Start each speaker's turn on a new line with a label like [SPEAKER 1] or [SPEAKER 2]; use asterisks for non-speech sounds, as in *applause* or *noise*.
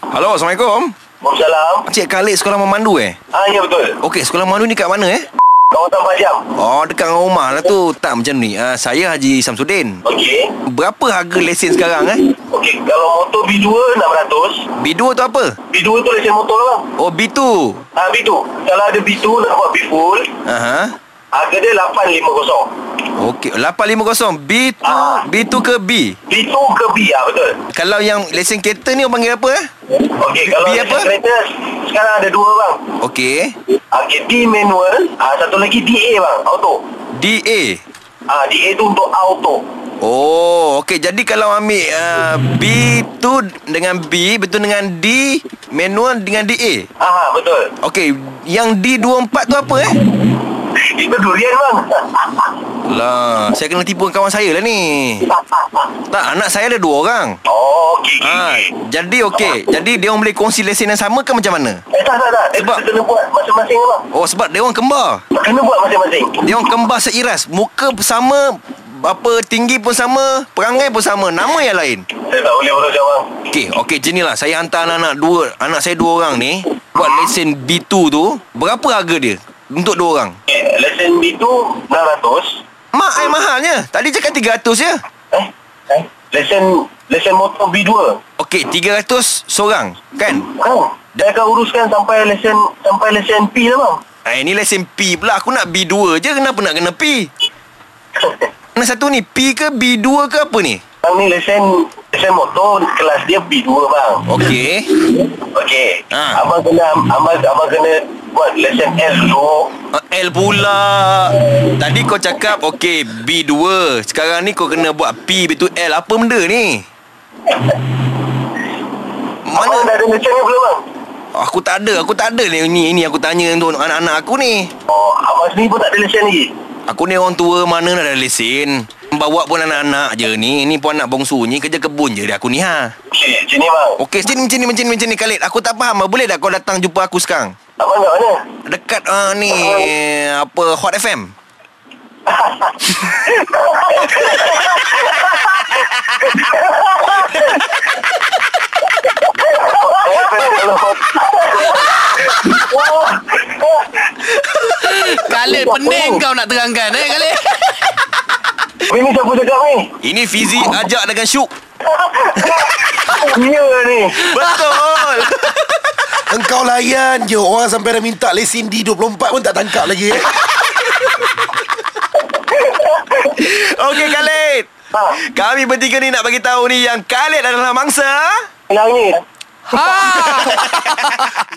[SPEAKER 1] Halo, Assalamualaikum.
[SPEAKER 2] Waalaikumsalam.
[SPEAKER 1] Cik Khalid sekolah memandu eh?
[SPEAKER 2] Ah, ya betul.
[SPEAKER 1] Okey, sekolah memandu ni kat mana eh?
[SPEAKER 2] Kawasan Pajam.
[SPEAKER 1] Oh, dekat dengan rumah lah tu. Tak macam ni. Uh, saya Haji Samsudin.
[SPEAKER 2] Okey.
[SPEAKER 1] Berapa harga lesen sekarang eh?
[SPEAKER 2] Okey, kalau motor B2 600,
[SPEAKER 1] B2 tu apa?
[SPEAKER 2] B2 tu lesen motor lah bang.
[SPEAKER 1] Oh, B2.
[SPEAKER 2] Ah B2. Kalau ada B2 nak buat B full,
[SPEAKER 1] Aha.
[SPEAKER 2] harga dia 850.
[SPEAKER 1] Okey, 850. B2,
[SPEAKER 2] Ah.
[SPEAKER 1] B2 ke B?
[SPEAKER 2] B2 ke B ah betul.
[SPEAKER 1] Kalau yang lesen kereta ni orang panggil apa eh?
[SPEAKER 2] Okey,
[SPEAKER 1] B-
[SPEAKER 2] kalau
[SPEAKER 1] B
[SPEAKER 2] lesen
[SPEAKER 1] apa?
[SPEAKER 2] kereta sekarang ada dua bang. Ah,
[SPEAKER 1] Okey.
[SPEAKER 2] Okey, D manual, ah satu lagi DA bang, auto.
[SPEAKER 1] DA.
[SPEAKER 2] Ah DA tu untuk auto.
[SPEAKER 1] Oh, okey. Jadi kalau ambil uh, B2 dengan B, betul dengan D, manual dengan DA.
[SPEAKER 2] Ah betul. *laughs*
[SPEAKER 1] Okey, yang D24 tu apa eh?
[SPEAKER 2] Itu durian bang. *laughs*
[SPEAKER 1] Lah, saya kena tipu kawan saya lah ni. Tak, anak saya ada dua orang.
[SPEAKER 2] oh, okey. okey,
[SPEAKER 1] Ha,
[SPEAKER 2] okey.
[SPEAKER 1] jadi okey. Jadi dia orang boleh kongsi lesen yang sama ke macam mana?
[SPEAKER 2] Eh tak tak tak. Dia
[SPEAKER 1] Sebab-
[SPEAKER 2] kena buat masing-masing bang.
[SPEAKER 1] Oh, sebab dia orang kembar.
[SPEAKER 2] Kena buat masing-masing.
[SPEAKER 1] Dia orang kembar seiras. Muka sama, apa tinggi pun sama, perangai pun sama, nama yang lain.
[SPEAKER 2] Saya tak boleh berusaha bang.
[SPEAKER 1] Okey, okey jenilah. Saya hantar anak-anak dua, anak saya dua orang ni buat lesen B2 tu. Berapa harga dia untuk dua orang?
[SPEAKER 2] Okay, Eh, lesson B2 600.
[SPEAKER 1] Mak ai mahalnya. Tadi cakap 300 ya.
[SPEAKER 2] Eh? Eh? Lesson lesson motor B2.
[SPEAKER 1] Okey, 300 seorang, kan?
[SPEAKER 2] Kan? Saya akan uruskan sampai lesson sampai lesson P lah bang. *laughs*
[SPEAKER 1] Ah, ini lesen P pula. Aku nak B2 je. Kenapa nak kena P? Mana satu ni? P ke B2 ke apa ni?
[SPEAKER 2] Bang ni lesson lesson motor kelas dia B2 bang.
[SPEAKER 1] Okey.
[SPEAKER 2] Okey.
[SPEAKER 1] Ha.
[SPEAKER 2] Abang kena abang abang kena buat lesson S dulu.
[SPEAKER 1] Ah, L pula. Tadi kau cakap okey B2. Sekarang ni kau kena buat P betul L. Apa benda ni?
[SPEAKER 2] Abang
[SPEAKER 1] Mana?
[SPEAKER 2] dah ada lesson ni belum bang?
[SPEAKER 1] Aku tak ada. Aku tak ada ni. Ini, ini aku tanya untuk anak-anak aku ni.
[SPEAKER 2] Oh, abang sendiri pun tak ada lesson lagi.
[SPEAKER 1] Aku ni orang tua mana dah ada lesen. Bawa pun anak-anak je ni. Ni pun anak bongsu ni. Kerja kebun je dia aku ni ha.
[SPEAKER 2] Okey, sini bang.
[SPEAKER 1] Okey, sini macam ni, macam ni, macam ni Khalid. Aku tak faham. Boleh tak kau datang jumpa aku sekarang?
[SPEAKER 2] Abang kat mana?
[SPEAKER 1] Dekat uh, ni apa Hot FM.
[SPEAKER 3] Khalid pening kau nak terangkan eh Khalid
[SPEAKER 2] Weh, ni siapa cakap ni?
[SPEAKER 1] Ini Fizi ajak dengan Syuk. *laughs*
[SPEAKER 2] Ya ni.
[SPEAKER 1] Betul.
[SPEAKER 4] *laughs* Engkau layan je Orang sampai dah minta lesen D24 pun tak tangkap lagi eh
[SPEAKER 1] *laughs* Okey Khalid.
[SPEAKER 2] Ha.
[SPEAKER 1] Kami bertiga ni nak bagi tahu ni yang Khalid adalah mangsa
[SPEAKER 2] Hilang ni.
[SPEAKER 3] Ha